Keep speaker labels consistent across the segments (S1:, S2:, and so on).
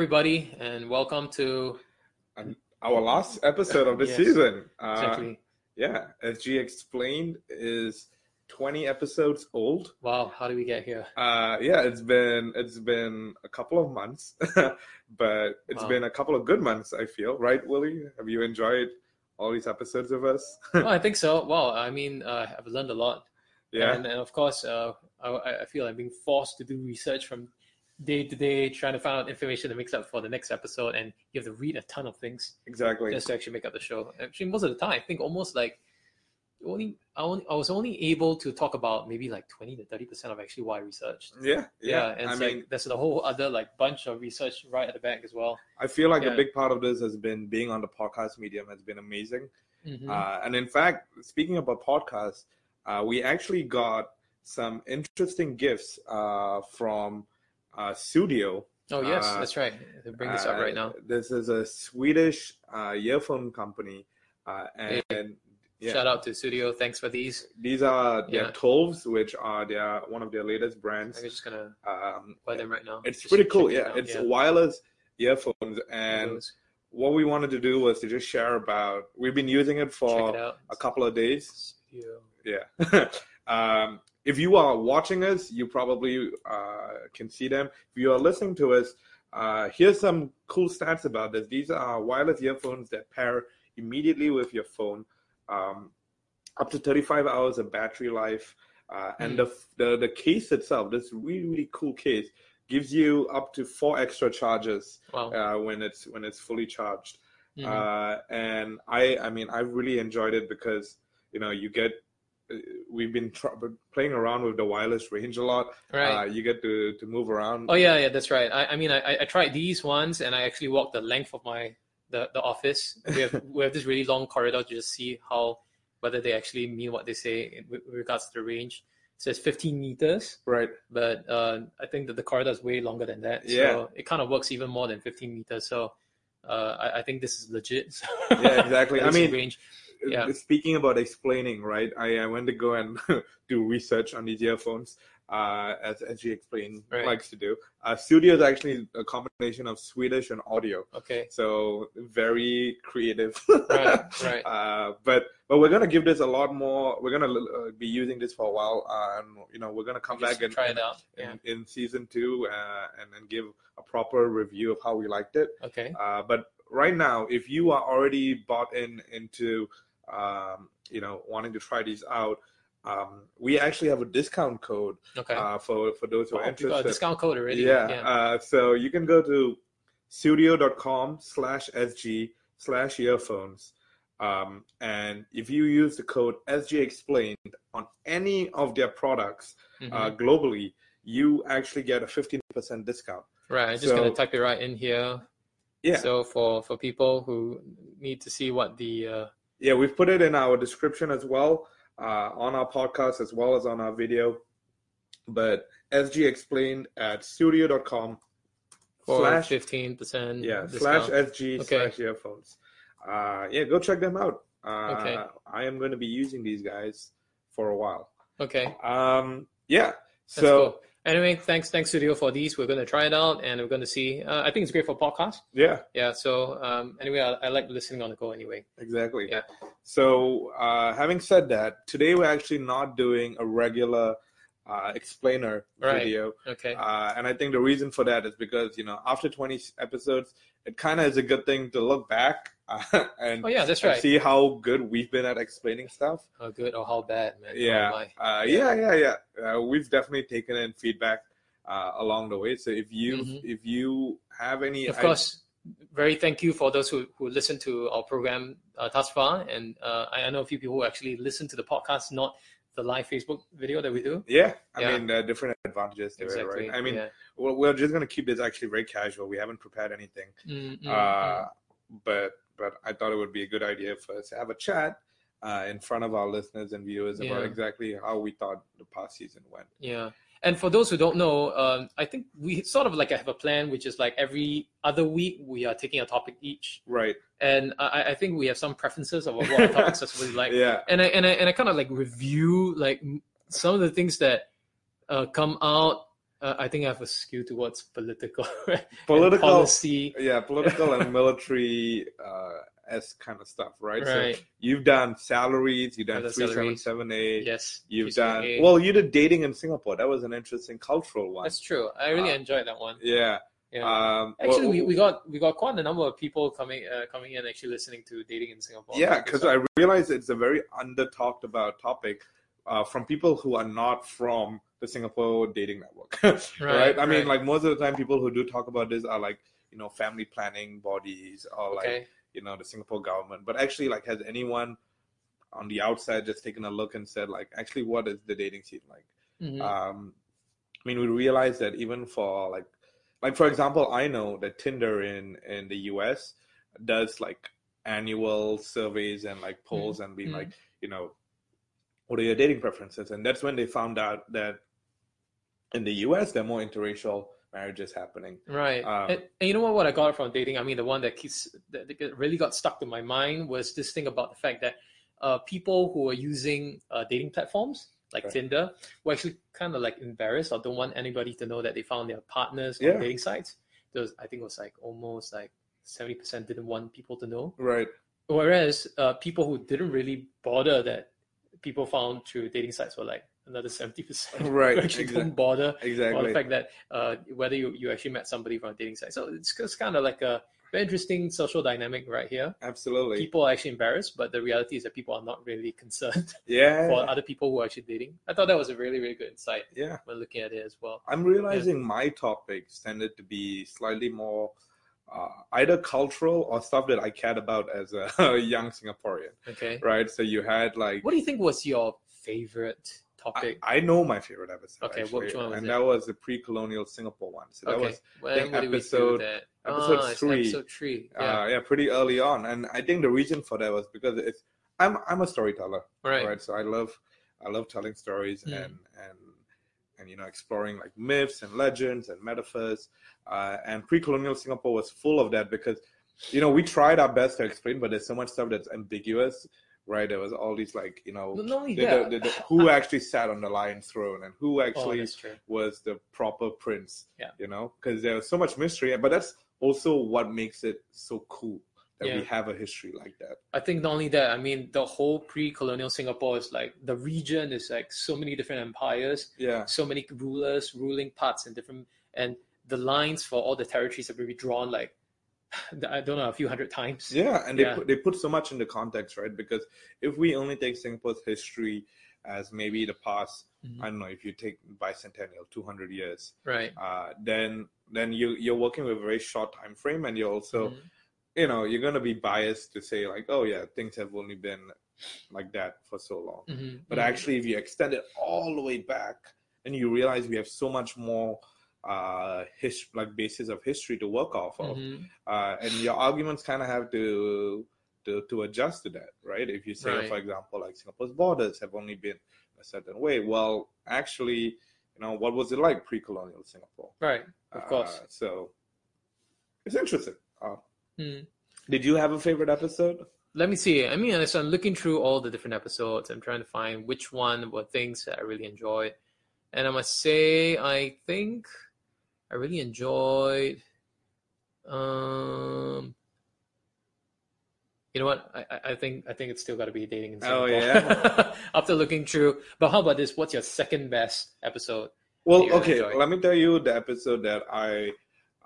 S1: everybody, and welcome to
S2: Our last episode of the
S1: Yes.
S2: season. Uh,
S1: exactly.
S2: Yeah, as G explained, is 20 episodes old.
S1: wow, how did we get here?
S2: Uh, yeah, it's been it's been a couple of months, but it's
S1: Wow.
S2: been a couple of good months. I feel right, Willie. Have you enjoyed all these episodes of us?
S1: well, I think so. Wow, I mean, uh, I've learned a lot,
S2: yeah,
S1: and, and of course, uh, I, I feel I'm being forced to do research from day to day, trying to find out information that makes up for the next episode, and you have to read a ton of things
S2: exactly.
S1: just to actually make up the show. Actually, most of the time, I think almost like only I, only I was only able to talk about maybe like twenty to thirty percent of actually why I researched.
S2: yeah,
S1: Yeah,
S2: yeah.
S1: and
S2: I
S1: it's
S2: mean,
S1: like there's a whole other like bunch of research right at the back as well.
S2: I feel like
S1: yeah.
S2: a big part of this has been being on the podcast medium has been amazing.
S1: Mhm.
S2: Uh, and in fact, speaking about podcasts, uh, we actually got some interesting gifts uh, from uh, Studio.
S1: oh yes,
S2: uh,
S1: that's right. They Bring this up
S2: Uh,
S1: right now.
S2: This is a Swedish uh, earphone company, uh, and yeah,
S1: Shout out to Studio. Thanks for these.
S2: these are their
S1: Yeah.
S2: Tolves, which are their one of their latest brands.
S1: I'm just gonna
S2: Um,
S1: buy them right now.
S2: it's
S1: Just
S2: pretty
S1: check
S2: cool.
S1: it
S2: Yeah,
S1: out.
S2: it's
S1: Yeah.
S2: wireless earphones, and
S1: Those.
S2: what we wanted to do was to just share about. We've been using it
S1: check
S2: for
S1: it out.
S2: a couple of days.
S1: Studio.
S2: Yeah. um, if you are watching us, you probably uh, can see them. If you are listening to us, uh, here's some cool stats about this. These are wireless earphones that pair immediately with your phone. Um, up to 35 hours of battery life. Uh, and the, the the case itself, this really really cool case, gives you up to four extra charges
S1: Wow.
S2: uh, when it's when it's fully charged
S1: Mhm.
S2: uh, and I I mean I really enjoyed it because you know you get uh, we've been tr- playing around with the wireless range a lot.
S1: right.
S2: Uh, you get to to move around.
S1: oh yeah, yeah. That's right. I, I mean, I, I- I tried these ones, and I actually walked the length of my the, the office. We have we have this really long corridor to just see how whether they actually mean what they say in, with with regards to the range. So it's 15 meters.
S2: Right.
S1: but uh, I think that the corridor is way longer than that.
S2: Yeah.
S1: So it kind of works even more than 15 meters. So uh, I, I think this is legit. So
S2: Yeah, exactly.
S1: at
S2: I
S1: least the
S2: mean,
S1: range. Yeah.
S2: Uh, Speaking about explaining, right? I, I went to go and do research on these earphones, uh, as as you explained,
S1: Right.
S2: likes to do. Uh, studio is actually a combination of Swedish and audio,
S1: Okay.
S2: so very creative.
S1: Right. Right.
S2: Uh, but but we're gonna give this a lot more. We're gonna uh, be using this for a while, uh, and you know we're gonna come
S1: Just
S2: back and
S1: try it out. Yeah.
S2: in, in season two uh, and then give a proper review of how we liked it.
S1: Okay.
S2: Uh, but right now, if you are already bought in into um, you know wanting to try these out, um, we actually have a discount code
S1: Okay. Oh,
S2: uh, for for those who
S1: Wow,
S2: are
S1: we got a
S2: interested.
S1: discount code already.
S2: Yeah. Uh, so you can go to studio.com slash SG slash earphones. Um, and if you use the code SG explained on any of their products
S1: Mhm.
S2: uh, globally, you actually get a 15% discount.
S1: right. I'm just
S2: so-
S1: gonna type it right in here.
S2: Yeah.
S1: So for for people who need to see what the uh,
S2: yeah. We've put it in our description as well, uh, on our podcast as well as on our video. But SG explained at studio.com
S1: for
S2: slash
S1: fifteen percent.
S2: yeah slash sg
S1: Okay.
S2: slash earphones uh yeah go check them out uh
S1: Okay.
S2: i am going to be using these guys for a while
S1: Okay.
S2: um yeah
S1: That's
S2: so
S1: cool. Anyway, thanks, thanks studio for these. We're gonna try it out, and we're gonna see. Uh, I think it's great for podcast.
S2: yeah
S1: yeah so um anyway I, I like listening on the go anyway
S2: exactly
S1: Yeah.
S2: so uh having said that today we're actually not doing a regular uh explainer
S1: Right.
S2: video
S1: okay
S2: uh and i think the reason for that is because you know after 20 episodes it kind of is a good thing to look back uh, and
S1: oh yeah that's
S2: and
S1: right
S2: see how good we've been at explaining stuff
S1: how good or how bad man
S2: Yeah.
S1: oh, my.
S2: Uh,
S1: Yeah.
S2: yeah, yeah, yeah. Uh, we've definitely taken in feedback uh, along the way. So if you
S1: Mhm.
S2: if you have any,
S1: of course very thank you for those who, who listen to our program uh, thus far and uh, I, I know a few people who actually listen to the podcast not the live facebook video that we do
S2: I, yeah, I
S1: Yeah.
S2: mean, there are different advantages to
S1: exactly
S2: it, right? I mean, uh,
S1: yeah.
S2: we're, we're just gonna keep this actually very casual. We haven't prepared anything,
S1: Mm, mm, mm.
S2: uh, but but I thought it would be a good idea for us to have a chat. Uh, in front of our listeners and viewers about
S1: Yeah.
S2: exactly how we thought the past season went.
S1: yeah and for those who don't know um, i think we sort of like have a plan which is like every other week we are taking a topic each
S2: Right.
S1: and i, I think we have some preferences of what our topics are supposed to be like
S2: yeah.
S1: and I and I and I kind of like review like m- some of the things that uh, come out uh, I think I have a skew towards political, and
S2: Political-
S1: policy.
S2: yeah, political and military uh, s kind of stuff, right? So
S1: Right.
S2: you've done salaries, you've done
S1: Other
S2: three seven
S1: salaries.
S2: seven eight.
S1: Yes.
S2: You've done
S1: PCA.
S2: well. You did dating in Singapore. That was an interesting cultural one.
S1: That's true. I really
S2: Uh,
S1: enjoyed that one.
S2: Yeah.
S1: Yeah.
S2: Um,
S1: Actually,
S2: well-
S1: we, we got we got quite a number of people coming uh, coming in actually listening to dating in Singapore.
S2: Yeah, because I realize it's a very under talked about topic uh, from people who are not from the Singapore dating network. right?
S1: Right,
S2: I mean,
S1: right.
S2: like most of the time, people who do talk about this are like you know family planning bodies or like uh,
S1: okay.
S2: you know the Singapore government. But actually, like, has anyone on the outside just taken a look and said like, actually, what is the dating scene like?
S1: Mhm.
S2: Um, I mean, we realize that even for like, like for example, I know that Tinder in in the US does like annual surveys and like polls and being
S1: Mm.
S2: like, you know, what are your dating preferences? And that's when they found out that in the US there are more interracial marriages happening.
S1: Right.
S2: Um,
S1: and, and you know what, what I got from dating? I mean, the one that, keeps, that, that really got stuck to my mind was this thing about the fact that uh, people who are using uh, dating platforms like
S2: Right.
S1: Tinder were actually kind of like embarrassed or don't want anybody to know that they found their partners
S2: Yeah.
S1: on dating sites. There was, I think it was like almost like 70% didn't want people to know.
S2: Right.
S1: Whereas uh, people who didn't really bother that people found through dating sites were like another 70%. who
S2: Right.
S1: actually
S2: Exactly.
S1: don't bother or the
S2: Exactly.
S1: fact that uh, whether you, you actually met somebody from a dating site. So it's, it's kind of like a very interesting social dynamic right here.
S2: Absolutely.
S1: People are actually embarrassed, but the reality is that people are not really concerned
S2: yeah.
S1: for other people who are actually dating. I thought that was a really, really good insight
S2: yeah.
S1: when looking at it as well.
S2: I'm realizing my topics tended to be slightly more uh, either cultural or stuff that I cared about as a, young Singaporean,
S1: Okay.
S2: right? So you had like
S1: What do you think was your favorite
S2: I,
S1: topic?
S2: I know my favorite episode,
S1: Okay,
S2: actually,
S1: which one was
S2: and
S1: it?
S2: that was the pre-colonial Singapore one. So that
S1: okay.
S2: was
S1: when
S2: think
S1: would we do
S2: episode-
S1: that?
S2: episode
S1: Ah, it's
S2: three.
S1: Episode three. Yeah.
S2: uh, yeah, pretty early on, and I think the reason for that was because it's I'm I'm a storyteller,
S1: right.
S2: right? So I love I love telling stories
S1: Mm.
S2: and and and you know exploring like myths and legends and metaphors. Uh, and pre-colonial Singapore was full of that because you know we tried our best to explain, but there's so much stuff that's ambiguous, right? There was all these like you know
S1: No, not only
S2: the-
S1: that.
S2: the- the- the- who actually sat on the lion's throne and who
S1: oh,
S2: actually
S1: that's true.
S2: was the proper prince.
S1: Yeah.
S2: You know, because there was so much mystery, but that's also what makes it so cool that we
S1: Yeah.
S2: have a history like that.
S1: I think not only that, I mean, the whole pre-colonial Singapore is like the region is like so many different empires,
S2: Yeah.
S1: so many rulers ruling parts and different, and the lines for all the territories have been redrawn like I don't know a few hundred times.
S2: Yeah, and they
S1: Yeah.
S2: Put, they put so much into context, right? Because if we only take Singapore's history as maybe the past,
S1: Mhm.
S2: I don't know, if you take bicentennial, two hundred years,
S1: Right.
S2: uh, then then you you're working with a very short time frame, and you're also
S1: Mhm.
S2: you know you're gonna be biased to say like, oh yeah, things have only been like that for so long.
S1: Mhm.
S2: But
S1: Mhm.
S2: actually, if you extend it all the way back, and you realize we have so much more uh his like basis of history to work off of
S1: Mhm.
S2: uh, and your arguments kind of have to, to to adjust to that, right? If you say,
S1: Right.
S2: for example, like Singapore's borders have only been a certain way, well, actually, you know, what was it like pre-colonial Singapore?
S1: right, of course.
S2: Uh, so it's interesting. Uh,
S1: Mm.
S2: did you have a favorite episode?
S1: Let me see. I mean, so I'm looking through all the different episodes. I'm trying to find which one were things that I really enjoyed, and I must say, I think I really enjoyed. Um, you know what? I, I- I think I think it's still got to be dating in
S2: Oh,
S1: Singapore. After looking through, but how about this? What's your second best episode?
S2: Well,
S1: you
S2: okay,
S1: enjoyed?
S2: let me tell you the episode that I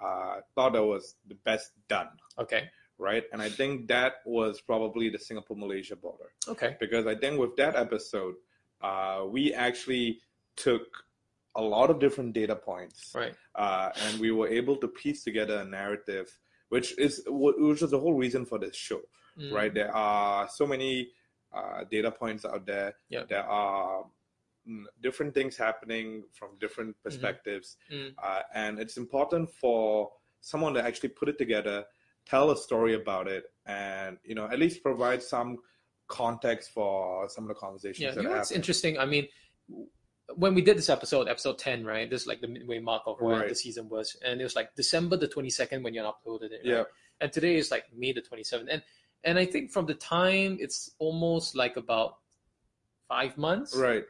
S2: uh, thought that was the best done,
S1: Okay,
S2: right? And I think that was probably the Singapore-Malaysia border.
S1: okay,
S2: because I think with that episode, uh, we actually took a lot of different data points,
S1: right,
S2: uh, and we were able to piece together a narrative, which is wh- which is the whole reason for this show,
S1: Mm,
S2: right? There are so many uh, data points out there.
S1: Yeah.
S2: There are mm, different things happening from different perspectives,
S1: Mm-hmm. Mm.
S2: uh, and it's important for someone to actually put it together, tell a story about it, and you know at least provide some context for some of the conversations
S1: Yeah,
S2: that
S1: you know what's
S2: happen.
S1: interesting? I mean, when we did this episode, episode 10, right? This is like the midway mark of where
S2: Right.
S1: the season was. And it was like December the 22nd when you uploaded it. Right?
S2: Yeah.
S1: And today is like May the 27th. And and I think from the time, it's almost like about five months.
S2: Right.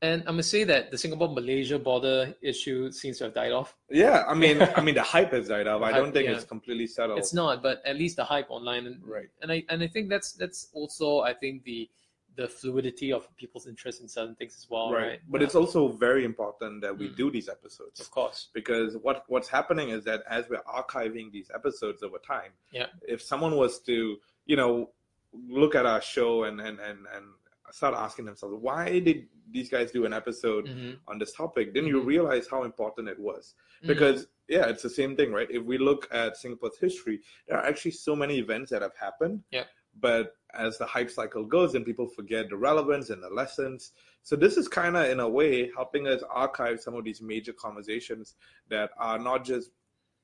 S1: And I'm gonna say that the Singapore Malaysia border issue seems to have died off.
S2: Yeah, I mean, I mean, the hype has died off. I
S1: hype,
S2: don't think
S1: yeah.
S2: it's completely settled.
S1: It's not, but at least the hype online and
S2: right.
S1: and I and I think that's that's also I think the the fluidity of people's interest in certain things as well, right?
S2: right, but it's also very important that we
S1: Mm.
S2: do these episodes.
S1: of course,
S2: because what what's happening is that as we're archiving these episodes over time
S1: Yeah.
S2: if someone was to you know look at our show and and and, and start asking themselves why did these guys do an episode
S1: Mhm.
S2: on this topic then you
S1: Mhm.
S2: realize how important it was
S1: Mhm.
S2: because yeah it's the same thing right if we look at singapore's history there are actually so many events that have happened
S1: Yeah.
S2: but as the hype cycle goes and people forget the relevance and the lessons so this is kind of in a way helping us archive some of these major conversations that are not just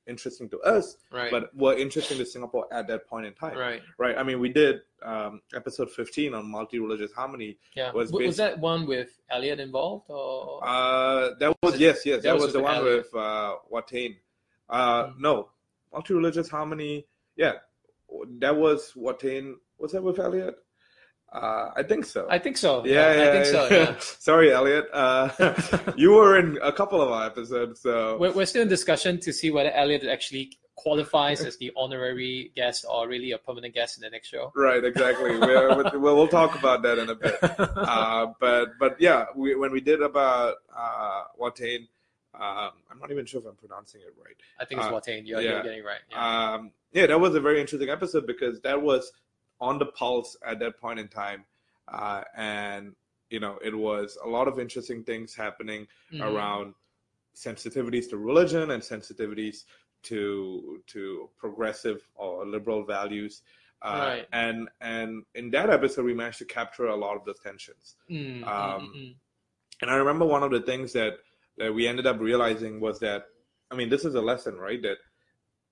S2: interesting to us
S1: right,
S2: but were interesting to singapore at that point in time
S1: right,
S2: right? i mean we did um, episode 15 on multi-religious harmony
S1: yeah.
S2: was
S1: Was, was
S2: basi-
S1: that one with Elliot involved or?
S2: Uh, that
S1: Was
S2: was
S1: it-
S2: yes, yes. That,
S1: that was
S2: was, the
S1: with
S2: one
S1: Elliot.
S2: with uh, Watain. Uh,
S1: Mm.
S2: No, multi-religious harmony. Yeah, that was Watain. Was that with Elliot? Uh, I think so.
S1: I think so.
S2: yeah, yeah,
S1: I think so. Yeah.
S2: Sorry, Elliot. Uh, you were in a couple of our episodes, so
S1: We're, we're still in discussion to see whether Elliot actually qualifies as the honorary guest or really a permanent guest in the next show.
S2: right, exactly. We're, we'll, we'll talk about that in a bit. Uh, but but yeah, we, when we did about uh, Watain, um, I'm not even sure if I'm pronouncing it right.
S1: I think it's
S2: uh,
S1: Watain. You're,
S2: yeah.
S1: you're getting right. Yeah.
S2: um, yeah, that was a very interesting episode because that was on the pulse at that point in time, uh, and you know it was a lot of interesting things happening
S1: Mhm.
S2: around sensitivities to religion and sensitivities to to progressive or liberal values. Uh,
S1: Right.
S2: And and in that episode, we managed to capture a lot of those tensions.
S1: Mm, mm,
S2: um,
S1: mm,
S2: And I remember one of the things that, that we ended up realizing was that, I mean, this is a lesson, right? That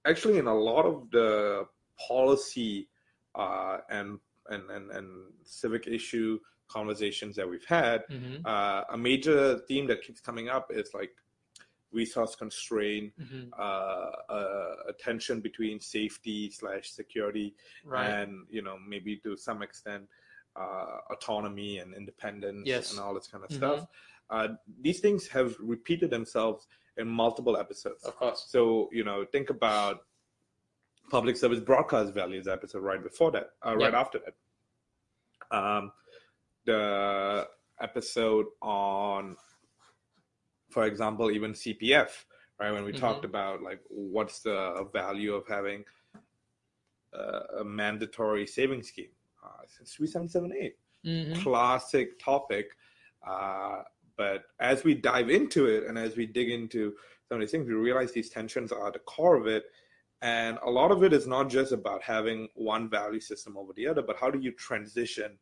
S2: actually in a lot of the policy uh, and, and, and, and civic issue conversations that we've had,
S1: mm, mhm,
S2: uh, a major theme that keeps coming up is like resource constraint,
S1: mhm.
S2: uh, uh, a tension between safety slash security
S1: Right.
S2: and you know maybe to some extent uh, autonomy and independence
S1: Yes.
S2: and all this kind of
S1: Mhm.
S2: stuff uh, these things have repeated themselves in multiple episodes
S1: Of course.
S2: so you know think about public service broadcast values episode right before that uh, right
S1: Yeah.
S2: after that um, the episode on for example even cpf right when we
S1: Mhm.
S2: talked about like what's the value of having uh, a mandatory savings scheme uh, since 3778
S1: Mhm.
S2: classic topic. Uh, but as we dive into it and as we dig into some of these things, we realize these tensions are the core of it. And a lot of it is not just about having one value system over the other, but how do you transition?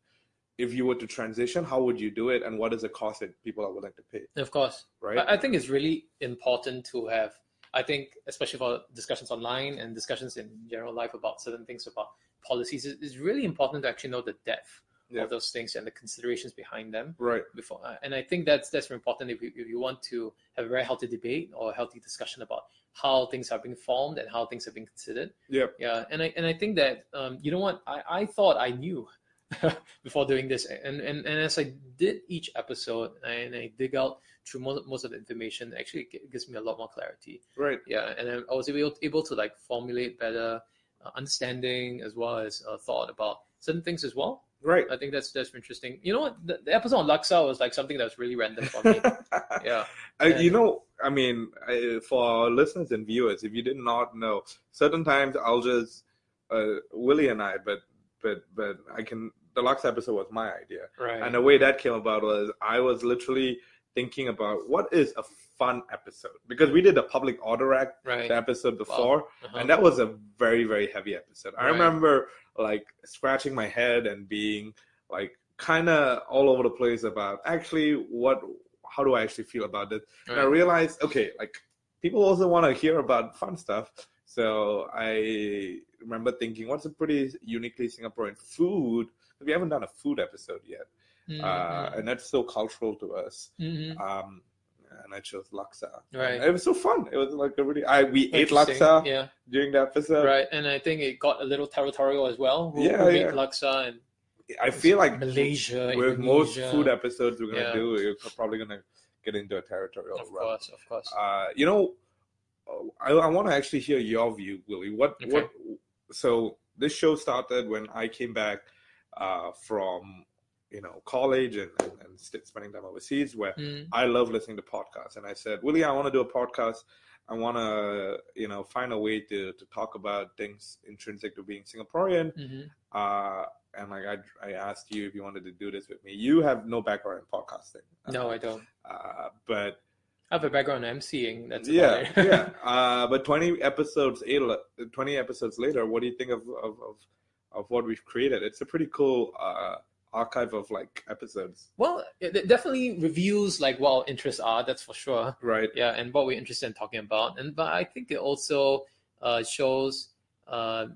S2: If you were to transition, how would you do it? And what is the cost that people are willing to pay?
S1: Of course.
S2: Right?
S1: I, I think it's really important to have. I think, especially for discussions online and discussions in general life about certain things about policies, it- it's really important to actually know the depth
S2: Yeah.
S1: of those things and the considerations behind them
S2: right.
S1: before. uh, And I think that's that's very important if you, if you want to have a very healthy debate or a healthy discussion about how things are being formed and how things are being considered.
S2: Yeah.
S1: Yeah, and I and I think that um, you know what I, I thought I knew before doing this, and, and and as I did each episode and I dig out through most, most of the information, actually it gi- gives me a lot more clarity.
S2: Right.
S1: Yeah, and I- I was able able to like formulate better uh, understanding as well as uh, thought about certain things as well.
S2: Right.
S1: I think that's that's interesting. You know what? The, the episode on Luxa was like something that was really random for me. yeah.
S2: I,
S1: Yeah.
S2: you know, I mean, I, for our listeners and viewers, if you did not know, certain times I'll just uh, Willie and I, but but but I can. The last episode was my idea,
S1: Right.
S2: and the way that came about was I was literally thinking about what is a fun episode because we did the public order act
S1: Right.
S2: the episode before,
S1: Uh-huh.
S2: and that was a very very heavy episode. I
S1: Right.
S2: remember like scratching my head and being like kind of all over the place about actually what how do I actually feel about this. And I
S1: Right.
S2: realized, okay, like people also want to hear about fun stuff. So I remember thinking, what's a pretty uniquely Singaporean food? We haven't done a food episode yet,
S1: Mm-hmm.
S2: uh, and that's so cultural to us.
S1: Mhm. Mhm.
S2: Um, and I chose laksa.
S1: Right.
S2: It was so fun. It was like a really. I we ate
S1: Interesting.
S2: laksa
S1: Yeah.
S2: during the episode.
S1: Right, and I think it got a little territorial as well. Who,
S2: Yeah,
S1: who made
S2: yeah.
S1: Luxa and
S2: I feel like
S1: Malaysia,
S2: with most
S1: Indonesia.
S2: food episodes we're gonna
S1: Yeah.
S2: do, you're probably gonna get into a territorial
S1: Of
S2: run.
S1: course, of course.
S2: Uh, you know, I, I want to actually hear your view, Willie. What
S1: Okay.
S2: what? So this show started when I came back uh, from you know college and and, and st- spending time overseas, where
S1: Mm,
S2: I love listening to podcasts, and I said, Willie, I want to do a podcast. I want to you know find a way to to talk about things intrinsic to being Singaporean.
S1: mhm.
S2: Uh, and like I, I asked you if you wanted to do this with me. You have no background in podcasting.
S1: No, I don't.
S2: Uh, but
S1: I have a background in emceeing. That's about
S2: yeah,
S1: it.
S2: yeah. Uh, but twenty episodes, ele- twenty episodes later, what do you think of of of, of what we've created? It's a pretty cool uh, archive of like episodes,
S1: Well, it it definitely reveals like what our interests are. That's for sure.
S2: right?
S1: yeah, and what we're interested in talking about. And but I think it also uh, shows uh,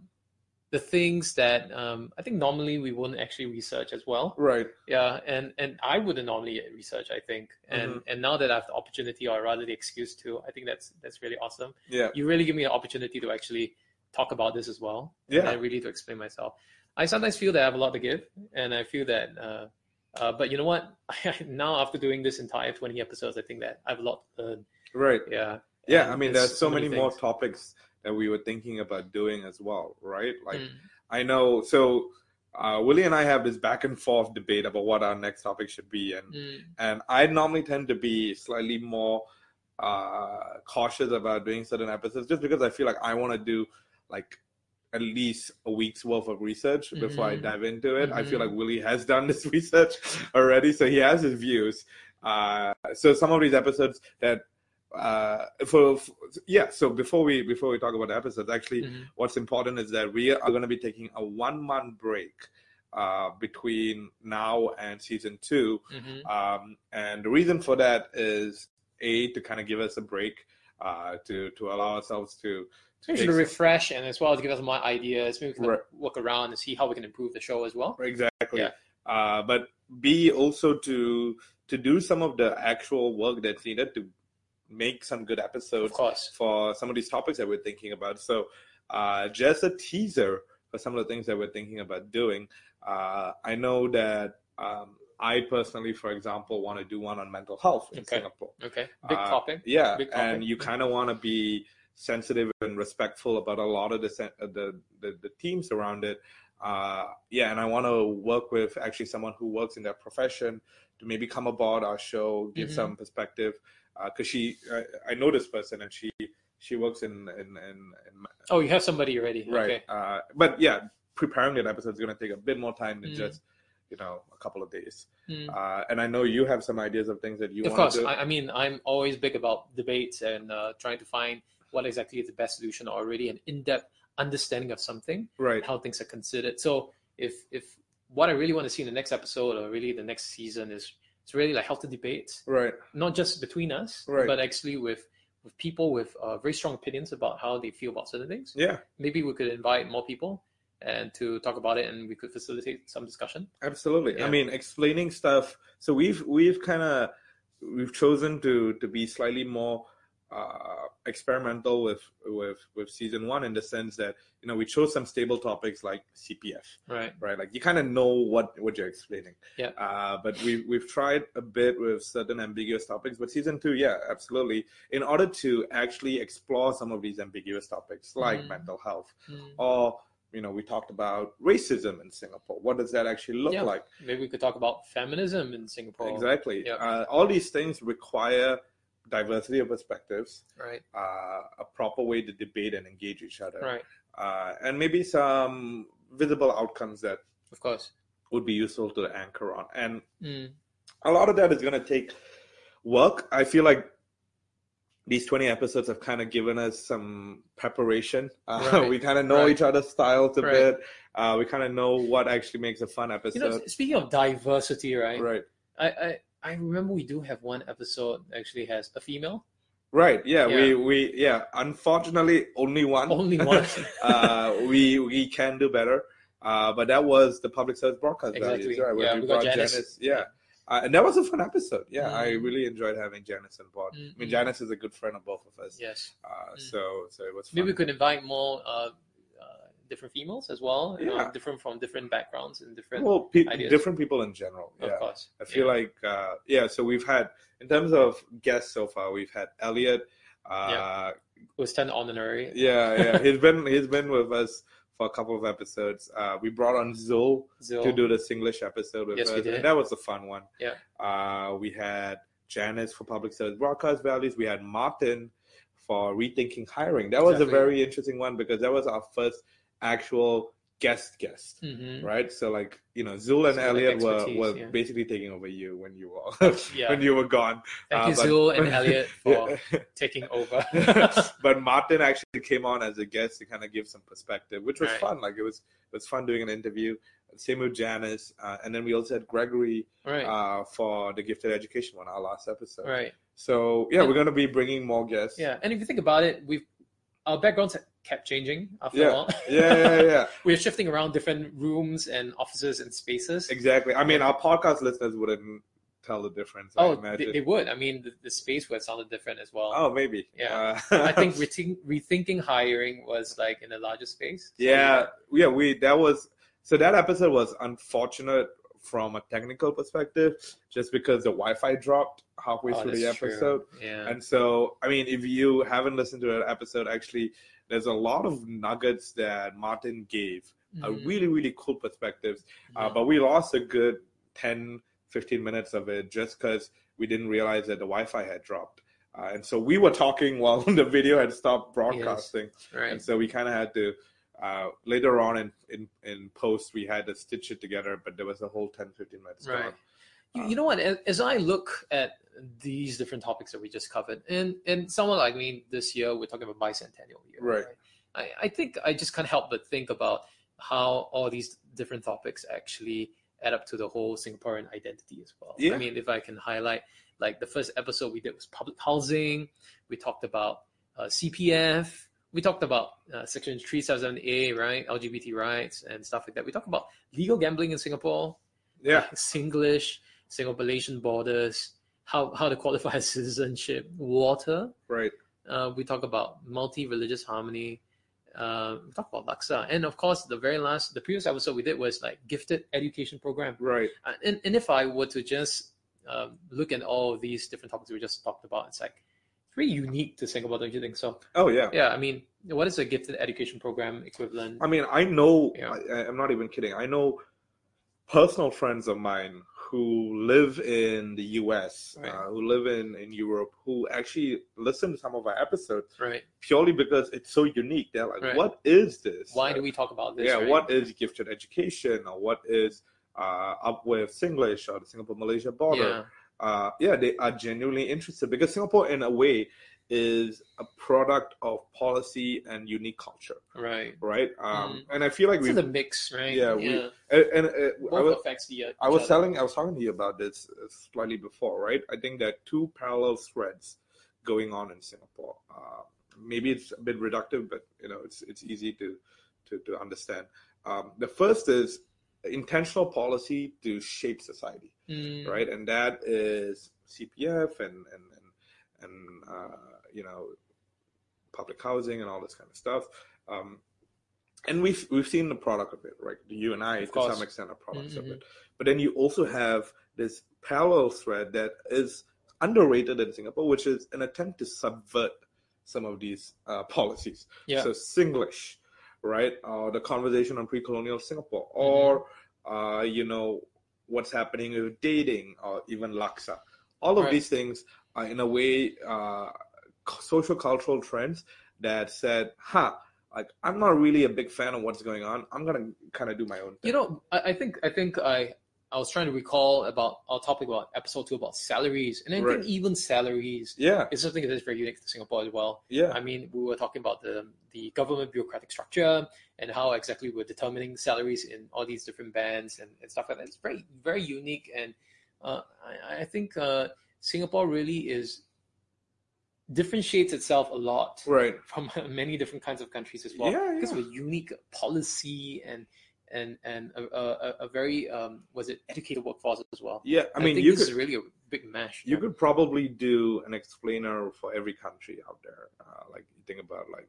S1: the things that um, I think normally we wouldn't actually research as well.
S2: Right.
S1: Yeah, and and I wouldn't normally research. I think,
S2: Mm-hmm.
S1: and and now that I have the opportunity, or rather the excuse to, I think that's that's really awesome.
S2: Yeah.
S1: You really give me an opportunity to actually talk about this as well,
S2: Yeah.
S1: and really to explain myself. I sometimes feel that I have a lot to give, and I feel that. Uh, uh, but you know what? now after doing this entire twenty episodes, I think that I have a lot to learn.
S2: Right.
S1: Yeah. And
S2: Yeah. I mean, there's so many, more
S1: things.
S2: topics that we were thinking about doing as well, right? Like
S1: Mm.
S2: I know. So uh, Willie and I have this back and forth debate about what our next topic should be, and
S1: Mm.
S2: and I normally tend to be slightly more uh, cautious about doing certain episodes just because I feel like I want to do like at least a week's worth of research before I
S1: Mhm.
S2: dive into it. I feel
S1: Mhm.
S2: like Willie has done this research already, so he has his views. Uh, so some of these episodes that uh for, for yeah so before we before we talk about the episodes actually
S1: Mhm.
S2: what's important is that we are going to be taking a one month break uh between now and season two
S1: Mhm.
S2: um, and the reason for that is a to kind of give us a break, uh, to to allow ourselves to. to
S1: Maybe
S2: take
S1: to refresh and as well as give us more ideas. Maybe we can
S2: Right.
S1: look around and see how we can improve the show as well.
S2: some- exactly.
S1: Yeah.
S2: Uh, but B also to to do some of the actual work that's needed to make some good
S1: Of
S2: episodes
S1: course.
S2: for some of these topics that we're thinking about. So uh, just a teaser for some of the things that we're thinking about doing. Uh, I know that um, I personally, for example, want to do one on mental health in
S1: Okay.
S2: Singapore.
S1: Okay. Big
S2: Uh,
S1: topic.
S2: yeah
S1: Big
S2: and
S1: topic.
S2: you kind of want to be sensitive and respectful about a lot of the sen- uh, the, the the teams around it uh yeah and i want to work with actually someone who works in that profession to maybe come aboard our show give
S1: Mhm.
S2: some perspective because she I, I know this person and she she works in in, in, in
S1: Oh, you have somebody already.
S2: right
S1: Okay.
S2: uh but yeah preparing that episode is going to take a bit more time than
S1: Mm.
S2: just you know a couple of days
S1: Mm.
S2: uh and i know you have some ideas of things that you
S1: Of
S2: want
S1: course.
S2: to do
S1: I, I mean, I'm always big about debates and uh, trying to find what exactly is the best solution or already an in-depth understanding of something
S2: right
S1: and how things are considered. So if if what I really want to see in the next episode or really the next season is it's really like healthy debates
S2: right
S1: not just between us,
S2: Right.
S1: but actually with with people with uh, very strong opinions about how they feel about certain things.
S2: yeah
S1: Maybe we could invite more people and to talk about it, and we could facilitate some discussion.
S2: Absolutely. I
S1: Yeah.
S2: mean, explaining stuff. So we've we've kind of we've chosen to to be slightly more uh, experimental with with with season one in the sense that you know we chose some stable topics like CPF,
S1: Right.
S2: right? Like you kind of know what what you're explaining.
S1: Yeah.
S2: Uh, but we we've tried a bit with certain ambiguous topics, but season two, yeah, absolutely. In order to actually explore some of these ambiguous topics like
S1: Mhm.
S2: mental health or you know, we talked about racism in Singapore. What does that actually look
S1: Yeah.
S2: like?
S1: Maybe we could talk about feminism in Singapore.
S2: Exactly.
S1: Yeah.
S2: Uh, all these things require diversity of perspectives,
S1: Right.
S2: uh, a proper way to debate and engage each other,
S1: Right.
S2: uh, and maybe some visible outcomes that
S1: Of course.
S2: would be useful to anchor on. And
S1: Mm.
S2: a lot of that is going to take work. I feel like these 20 episodes have kind of given us some preparation. Uh,
S1: Right.
S2: We kind of know
S1: Right.
S2: each other's styles a
S1: Right.
S2: bit. Uh, we kind of know what actually makes a fun
S1: You
S2: episode.
S1: know, speaking of diversity, right?
S2: right.
S1: I, I I remember we do have one episode that actually has a female,
S2: Right. Yeah, We
S1: Yeah.
S2: we yeah. Unfortunately, only one.
S1: only one.
S2: uh, we we can do better. Uh, but that was the public service broadcast
S1: Exactly.
S2: values, right? where
S1: Yeah, we got Janice.
S2: Yeah, uh, and that was a fun episode.
S1: Mm.
S2: Yeah, I
S1: Mm-hmm.
S2: really enjoyed having Janice on board. I mean,
S1: Mm-mm.
S2: Janice is a good friend of both of us.
S1: yes.
S2: Uh, so so it was fun.
S1: Maybe we could invite more uh, uh, different females as well, you know,
S2: Yeah.
S1: different from different backgrounds and different,
S2: Well, pe-
S1: ideas.
S2: different people in general. Yeah.
S1: of course.
S2: I feel
S1: Yeah.
S2: like uh, yeah. So we've had in terms of guests so far, we've had Elliot. Uh,
S1: it was turned honorary.
S2: yeah. yeah, He's been he's been with us for a couple of episodes. Uh, we brought on Zul
S1: Zil,
S2: to do the Singlish episode with
S1: Yes,
S2: us,
S1: we did.
S2: and that was a fun one.
S1: Yeah.
S2: Uh, we had Janice for public service broadcast values. We had Martin for rethinking hiring. That was
S1: Exactly.
S2: a very interesting one because that was our first actual guest guest
S1: Mhm.
S2: right? So like you know, Zul and
S1: So, like,
S2: Elliot were,
S1: expertise,
S2: were
S1: yeah.
S2: basically taking over you when you were
S1: Yeah.
S2: when you were gone.
S1: Thank
S2: uh,
S1: you,
S2: but-
S1: Zul and Elliot, for
S2: Yeah.
S1: taking over.
S2: but Martin actually came on as a guest to kind of give some perspective, which was
S1: Right.
S2: fun. Like it was it was fun doing an interview. Same with Janice, uh, and then we also had Gregory
S1: right,
S2: uh, for the gifted education one, our last episode.
S1: right.
S2: So yeah,
S1: Yeah.
S2: we're gonna be bringing more guests.
S1: Yeah, and if you think about it, we've our backgrounds kept changing after a while.
S2: yeah, yeah, yeah.
S1: We're shifting around different rooms and offices and spaces.
S2: exactly. I mean, our podcast listeners wouldn't tell the difference. I
S1: Oh,
S2: imagine.
S1: they, they would. I mean, the, the space would have sounded different as well.
S2: oh, maybe.
S1: Yeah.
S2: Uh,
S1: I think rethink, rethinking hiring was like in a larger space. Oh, So,
S2: Yeah, yeah, we that was so that episode was unfortunate from a technical perspective, just because the Wi-Fi dropped halfway
S1: Oh,
S2: through the
S1: that's true.
S2: episode,
S1: Yeah.
S2: and uh, so I mean, if you haven't listened to that episode, actually, there's a lot of nuggets that Martin gave, uh
S1: Mhm.
S2: really, really cool perspectives, uh,
S1: Mhm.
S2: but we lost a good 10, 15 minutes of it just because we didn't realize that the Wi-Fi had dropped. Uh, and so we were talking while the video had stopped broadcasting
S1: right.
S2: and so we kind of had to uh, later on in, in in post we had to stitch it together but there was a whole 10 15 minutes
S1: Right.
S2: gone.
S1: You,
S2: Uh,
S1: you know what? As, as I look at these different topics that we just covered, and and someone like me this year, we're talking about bicentennial year,
S2: Right.
S1: I, I think I just can't help but think about how all these different topics actually add up to the whole Singaporean identity as well.
S2: Yeah.
S1: I mean, if I can highlight, like the first episode we did was public housing. We talked about uh, CPF. We talked about uh, Section 377A, right? LGBT rights and stuff like that. We talked about legal gambling in Singapore
S2: yeah
S1: Singlish, Singapore-Malaysian borders, how, how to qualify as citizenship, water.
S2: right
S1: Uh, we talk about multi-religious harmony. Uh, we talk about Laksa. And of course, the very last, the previous episode we did was like gifted education program.
S2: right
S1: Uh, And, and if I were to just um, look at all these different topics we just talked about, it's like it's really unique to Singapore, don't you think so?
S2: oh yeah
S1: Yeah, I mean, what is a gifted education program equivalent?
S2: i mean i know
S1: Yeah.
S2: I, i'm not even kidding i know personal friends of mine who live in the us uh,
S1: Right.
S2: who live in in europe who actually listen to some of our episodes
S1: Right?
S2: purely because it's so unique they're like
S1: Right.
S2: what is this
S1: Why do we talk about this?
S2: yeah
S1: right?
S2: what is gifted education or what is uh, up with singlish or the singapore malaysia border
S1: Yeah,
S2: uh, yeah, they are genuinely interested because Singapore, in a way, is a product of policy and unique culture,
S1: right.
S2: right? Um,
S1: Mm-hmm.
S2: And I feel like
S1: It's
S2: we,
S1: in the mix, right?
S2: yeah, we- and, and uh, I
S1: both
S2: was,
S1: affects the. Uh,
S2: I
S1: each
S2: was
S1: other.
S2: telling, I was talking to you about this uh, slightly before, right? I think there are two parallel threads going on in Singapore. Uh, maybe it's a bit reductive, but you know, it's it's easy to to, to understand. Um, the first is intentional policy to shape society
S1: Mm,
S2: right? And that is CPF and and and, and uh, you know public housing and all this kind of stuff. Um, and we've we've seen the product of it, right? You and I,
S1: Of
S2: to
S1: course.
S2: some extent, are products
S1: Mhm.
S2: of it. But then you also have this parallel thread that is underrated in Singapore, which is an attempt to subvert some of these uh, policies.
S1: Yeah.
S2: So Singlish, right? Or the conversation on pre-colonial Singapore,
S1: Mm-hmm.
S2: or uh, you know what's happening with dating, or even laksa. All of
S1: Right.
S2: these things are in a way uh, c- social cultural trends that said, "Huh, like I'm not really a big fan of what's going on. I'm gonna kind of do my own thing."
S1: You know, I, I think I think I I was trying to recall about our topic about episode two about salaries, and I
S2: Right.
S1: think even salaries
S2: yeah,
S1: is something that is very unique to Singapore as well.
S2: yeah,
S1: I mean, we were talking about the the government bureaucratic structure and how exactly we're determining salaries in all these different bands and, and stuff like that. It's very very unique, and uh, I, I think uh, Singapore really is differentiates itself a lot
S2: right,
S1: from many different kinds of countries as well
S2: Yeah,
S1: because
S2: yeah.
S1: of a unique policy and and and a, a, a- a very um, was it educated workforce as well.
S2: yeah. I mean,
S1: think
S2: you
S1: this
S2: could
S1: is really a big mash.
S2: you could probably do an explainer for every country out there. Uh, like you think about like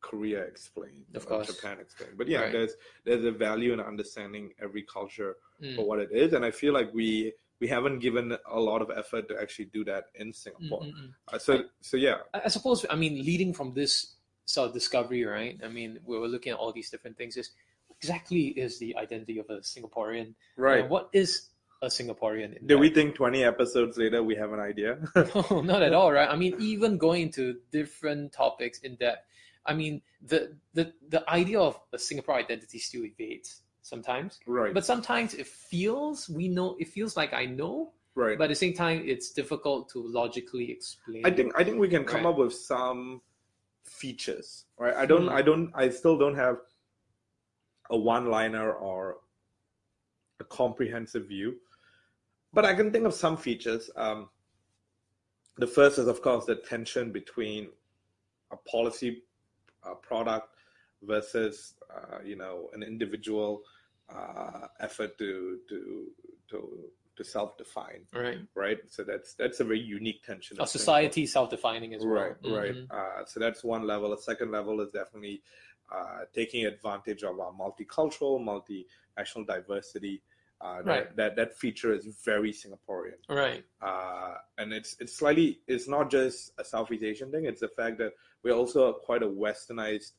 S2: Korea explained,
S1: Of
S2: or
S1: course.
S2: Japan explained. But yeah,
S1: Right.
S2: there's there's a value in understanding every culture
S1: Mm.
S2: for what it is, and I feel like we we haven't given a lot of effort to actually do that in
S1: Mm,
S2: Singapore.
S1: mm, mm.
S2: Uh, so so yeah,
S1: I I suppose I mean leading from this self discovery, right? I mean we were looking at all these different things. Is what exactly is the identity of a Singaporean?
S2: right.
S1: And what is a Singaporean? in
S2: Do we
S1: that?
S2: think 20 episodes later we have an idea?
S1: no, not at all, right? I mean, even going to different topics in depth. I mean, the the the idea of a Singapore identity still evades sometimes,
S2: right,
S1: but sometimes it feels we know it feels like I know,
S2: right.
S1: but at the same time, it's difficult to logically explain.
S2: I think I think we can come
S1: Right.
S2: up with some features, right? I don't,
S1: Hmm.
S2: I don't, I still don't have a one-liner or a comprehensive view, but I can think of some features. Um, the first is, of course, the tension between a policy uh, product versus, uh, you know, an individual uh, effort to to to to self-define,
S1: right?
S2: right? So that's that's a very unique tension.
S1: A
S2: in Singapore.
S1: society self-defining as well.
S2: Right, right.
S1: Mhm.
S2: Uh, so that's one level. A second level is definitely uh, taking advantage of our multicultural, multinational diversity. Uh, that,
S1: Right.
S2: that that feature is very Singaporean,
S1: Right.
S2: uh, and it's it's slightly it's not just a Southeast Asian thing. It's the fact that we're also quite a Westernized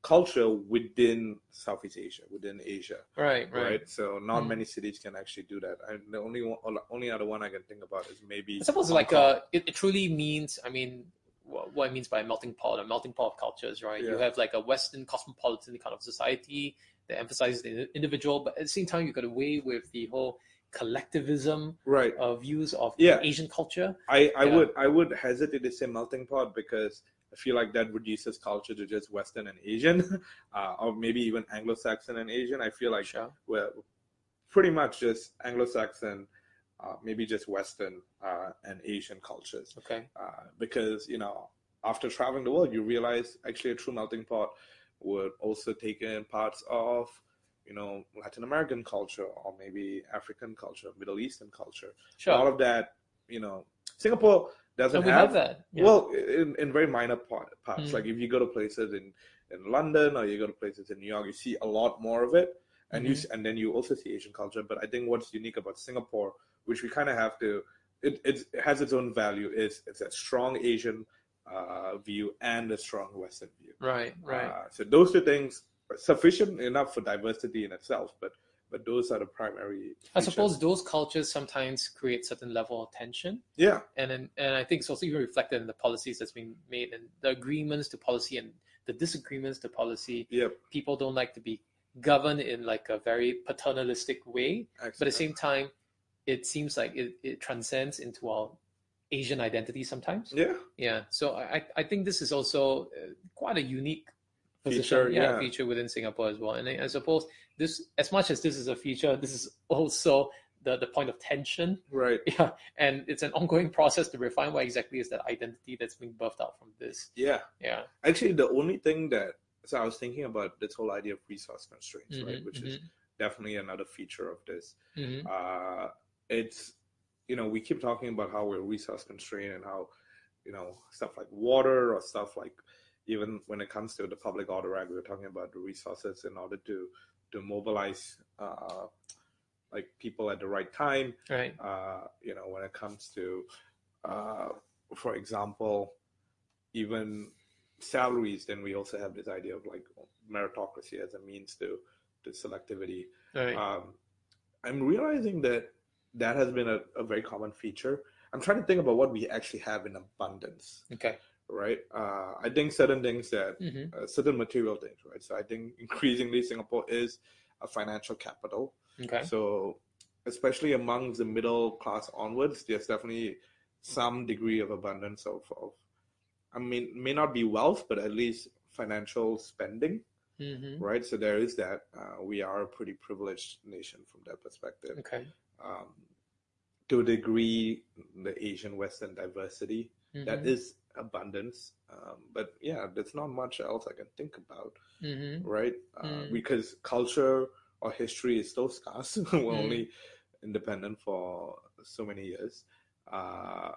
S2: culture within Southeast Asia, within Asia,
S1: Right. Right.
S2: right? So not
S1: Mm.
S2: many cities can actually do that. And the only one, only other one I can think about is maybe
S1: I suppose
S2: Hong
S1: like
S2: Kong.
S1: uh, it, it truly means. I mean, what, what it means by melting pot, a melting pot of cultures, right? You
S2: Yeah.
S1: have like a Western cosmopolitan kind of society that emphasizes the individual, but at the same time, you got away with the whole collectivism
S2: right.
S1: of views of
S2: Yeah.
S1: Asian culture.
S2: I, I
S1: Yeah.
S2: would I would hesitate to say melting pot because I feel like that reduces culture to just Western and Asian, uh, or maybe even Anglo-Saxon and Asian. I feel like
S1: sure.
S2: we're pretty much just Anglo-Saxon, uh, maybe just Western uh, and Asian cultures.
S1: Okay.
S2: Uh, because you know, after traveling the world, you realize actually a true melting pot would also take in parts of you know Latin American culture or maybe African culture, Middle Eastern culture all
S1: Sure.
S2: of that, you know, Singapore doesn't
S1: And we
S2: have,
S1: have that. Yeah.
S2: Well, in, in very minor part, parts.
S1: Mm.
S2: Like if you go to places in in London or you go to places in New York, you see a lot more of it, and
S1: Mm-hmm.
S2: you s and then you also see Asian culture. But I think what's unique about Singapore, which we kind of have to, it, it's- it has its own value. Is it's a strong Asian uh, view and a strong Western view.
S1: right. Right.
S2: Uh, so those two things are sufficient enough for diversity in itself, but but those are the primary.
S1: I
S2: features.
S1: suppose those cultures sometimes create certain level of tension.
S2: Yeah.
S1: and then, and I think it's also even reflected in the policies that's been made and the agreements to policy and the disagreements to policy.
S2: Yep.
S1: People don't like to be governed in like a very paternalistic way, but at the
S2: Excellent.
S1: same time, it seems like it, it transcends into our Asian identity sometimes.
S2: Yeah.
S1: Yeah, so I I- I think this is also uh, quite a unique position,
S2: Feature,
S1: yeah,
S2: yeah.
S1: feature within Singapore as well. And I, I suppose this, as much as this is a feature, this is also the the point of tension
S2: Right.
S1: yeah, and it's an ongoing process to refine what exactly is that identity that's being birthed out from this.
S2: Yeah.
S1: Yeah.
S2: Actually, the only thing that so I was thinking about this whole idea of resource constraints, right?
S1: Mhm,
S2: Which is definitely another feature of this.
S1: mhm, mhm.
S2: Uh, it's you know we keep talking about how we're resource constrained and how you know stuff like water or stuff like even when it comes to the public order act, we were talking about the resources in order to to mobilize uh, like people at the right time.
S1: Right.
S2: uh, you know, when it comes to, uh, for example, even salaries, then we also have this idea of like meritocracy as a means to, to selectivity.
S1: Right.
S2: Um, I'm realizing that that has been a, a very common feature. I'm trying to think about what we actually have in abundance,
S1: okay.
S2: right? Uh, I think certain things that
S1: hmm
S2: uh, certain material things, right? So I think increasingly Singapore is a financial capital.
S1: Okay.
S2: So, especially among the middle class onwards, there's definitely some degree of abundance of, of I mean, may not be wealth, but at least financial spending,
S1: hmm
S2: right? So there is that. Uh, we are a pretty privileged nation from that perspective.
S1: Okay.
S2: Um, to a degree, the Asian Western diversity that
S1: Mhm,
S2: is abundance, um, but yeah, there's not much else I can think about
S1: mhm.
S2: right? Uh,
S1: Mm.
S2: Because culture or history is so scarce. We're
S1: Mm.
S2: only independent for so many years. Uh,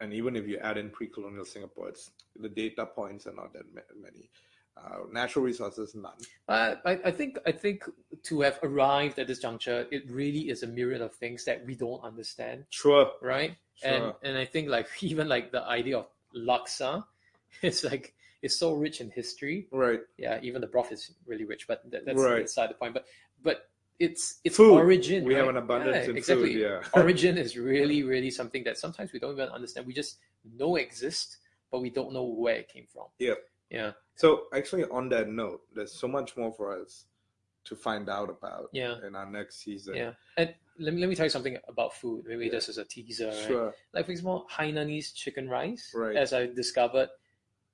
S2: and even if you add in pre-colonial Singapore, it's, the data points are not that ma- many. Uh, natural resources, none.
S1: Uh, I, I think I think to have arrived at this juncture, it really is a myriad of things that we don't understand,
S2: Sure,
S1: right?
S2: sure.
S1: And and I think like even like the idea of laksa, it's like it's so rich in history.
S2: right.
S1: Yeah, even the broth is really rich, but that, that's
S2: Right.
S1: beside the point. But but it's it's
S2: Food.
S1: origin.
S2: We have
S1: right?
S2: an abundance
S1: Yeah,
S2: in
S1: exactly. Oh.
S2: food. Yeah.
S1: origin is really really something that sometimes we don't even understand. We just know exist, but we don't know where it came from.
S2: Yeah.
S1: Yeah.
S2: So actually, on that note, there's so much more for us to find out about
S1: Yeah.
S2: in our next season.
S1: Yeah. And let me, let me tell you something about food. Maybe
S2: Yeah.
S1: just as a teaser. right?
S2: Sure.
S1: Like, for example, Hainanese chicken rice,
S2: Right.
S1: as I discovered,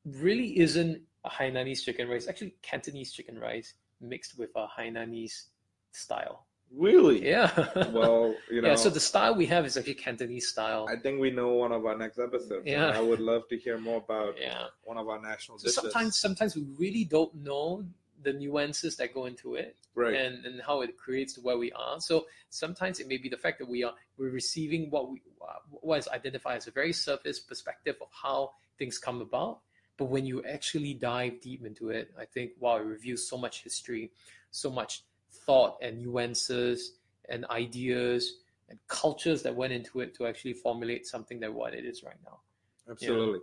S1: really isn't a Hainanese chicken rice. Actually, Cantonese chicken rice mixed with a Hainanese style.
S2: Really?
S1: Yeah.
S2: Well, you know,
S1: yeah, so the style we have is actually Cantonese style.
S2: I think we know one of our next episodes.
S1: Yeah.
S2: and I would love to hear more about
S1: yeah.
S2: one of our national
S1: So
S2: dishes.
S1: sometimes, sometimes we really don't know the nuances that go into it.
S2: right?
S1: and, and how it creates where we are. So sometimes it may be the fact that we are we're receiving what we what is identified as a very surface perspective of how things come about. But when you actually dive deep into it, I think wow, it reveals so much history, so much thought and nuances and ideas and cultures that went into it to actually formulate something that what it is right now.
S2: Absolutely.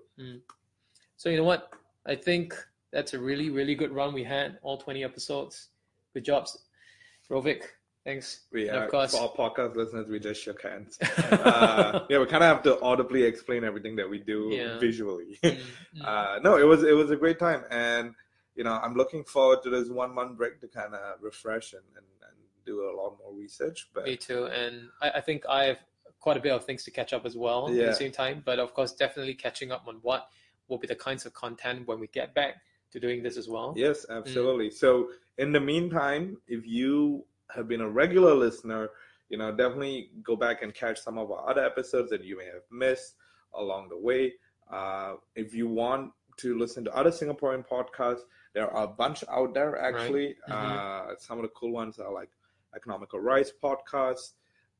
S1: So you know what? I think that's a really, really good run we had. All twenty episodes. Good jobs, Rovic. Thanks.
S2: We
S1: And
S2: uh,
S1: of course.
S2: for our podcast listeners, we just shook hands. uh, yeah, we kind of have to audibly explain everything that we do
S1: Yeah.
S2: visually.
S1: Mm, mm.
S2: uh, no, it was it was a great time, and you know I'm looking forward to this one month break to kind of refresh and, and, and do a lot more research. But
S1: Me too. And I, I think I have quite a bit of things to catch up as well at
S2: Yeah.
S1: the same time. But of course, definitely catching up on what will be the kinds of content when we get back to doing this as well.
S2: Yes, absolutely. So in the meantime, if you have been a regular listener, you know, definitely go back and catch some of our other episodes that you may have missed along the way. Uh, if you want to listen to other Singaporean podcasts, there are a bunch out there actually. Uh, some of the cool ones are like Economical Rice podcast.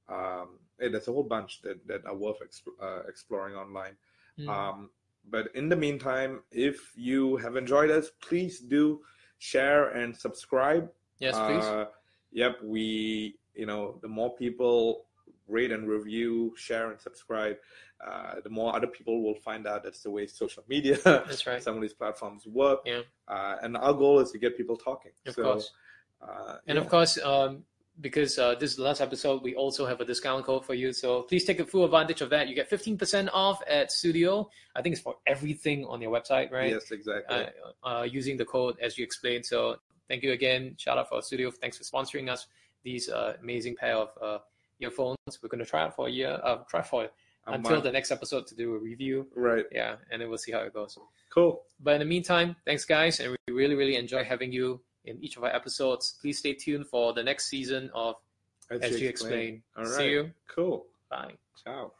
S2: Um, hey, there's a whole bunch that, that are worth exp- uh, exploring online.
S1: Mm.
S2: Um, but in the meantime, if you have enjoyed us, please do share and subscribe.
S1: yes, please.
S2: Uh, yep, we you know the more people rate and review, share and subscribe, uh, the more other people will find out that's the way social media,
S1: That's right.
S2: some of these platforms work.
S1: Yeah.
S2: Uh, and our goal is to get people talking.
S1: Of
S2: so,
S1: course.
S2: Uh,
S1: And of
S2: yeah.
S1: course, um, because uh, this is the last episode, we also have a discount code for you. So please take full advantage of that. You get 15% off at Studio. I think it's for everything on your website, right?
S2: Yes, exactly.
S1: Uh, uh, using the code as you explained. So thank you again. Shout out for Studio. Thanks for sponsoring us these uh, amazing pair of uh, earphones. We're going to try it for a year, uh, try for
S2: A
S1: until
S2: month.
S1: the next episode to do a review.
S2: Right.
S1: Yeah, and then we'll see how it goes.
S2: Cool.
S1: But in the meantime, thanks guys, and we really, really enjoy having you in each of our episodes. Please stay tuned for the next season of As, You Explain.
S2: All right.
S1: See you.
S2: Cool.
S1: Bye.
S2: Ciao.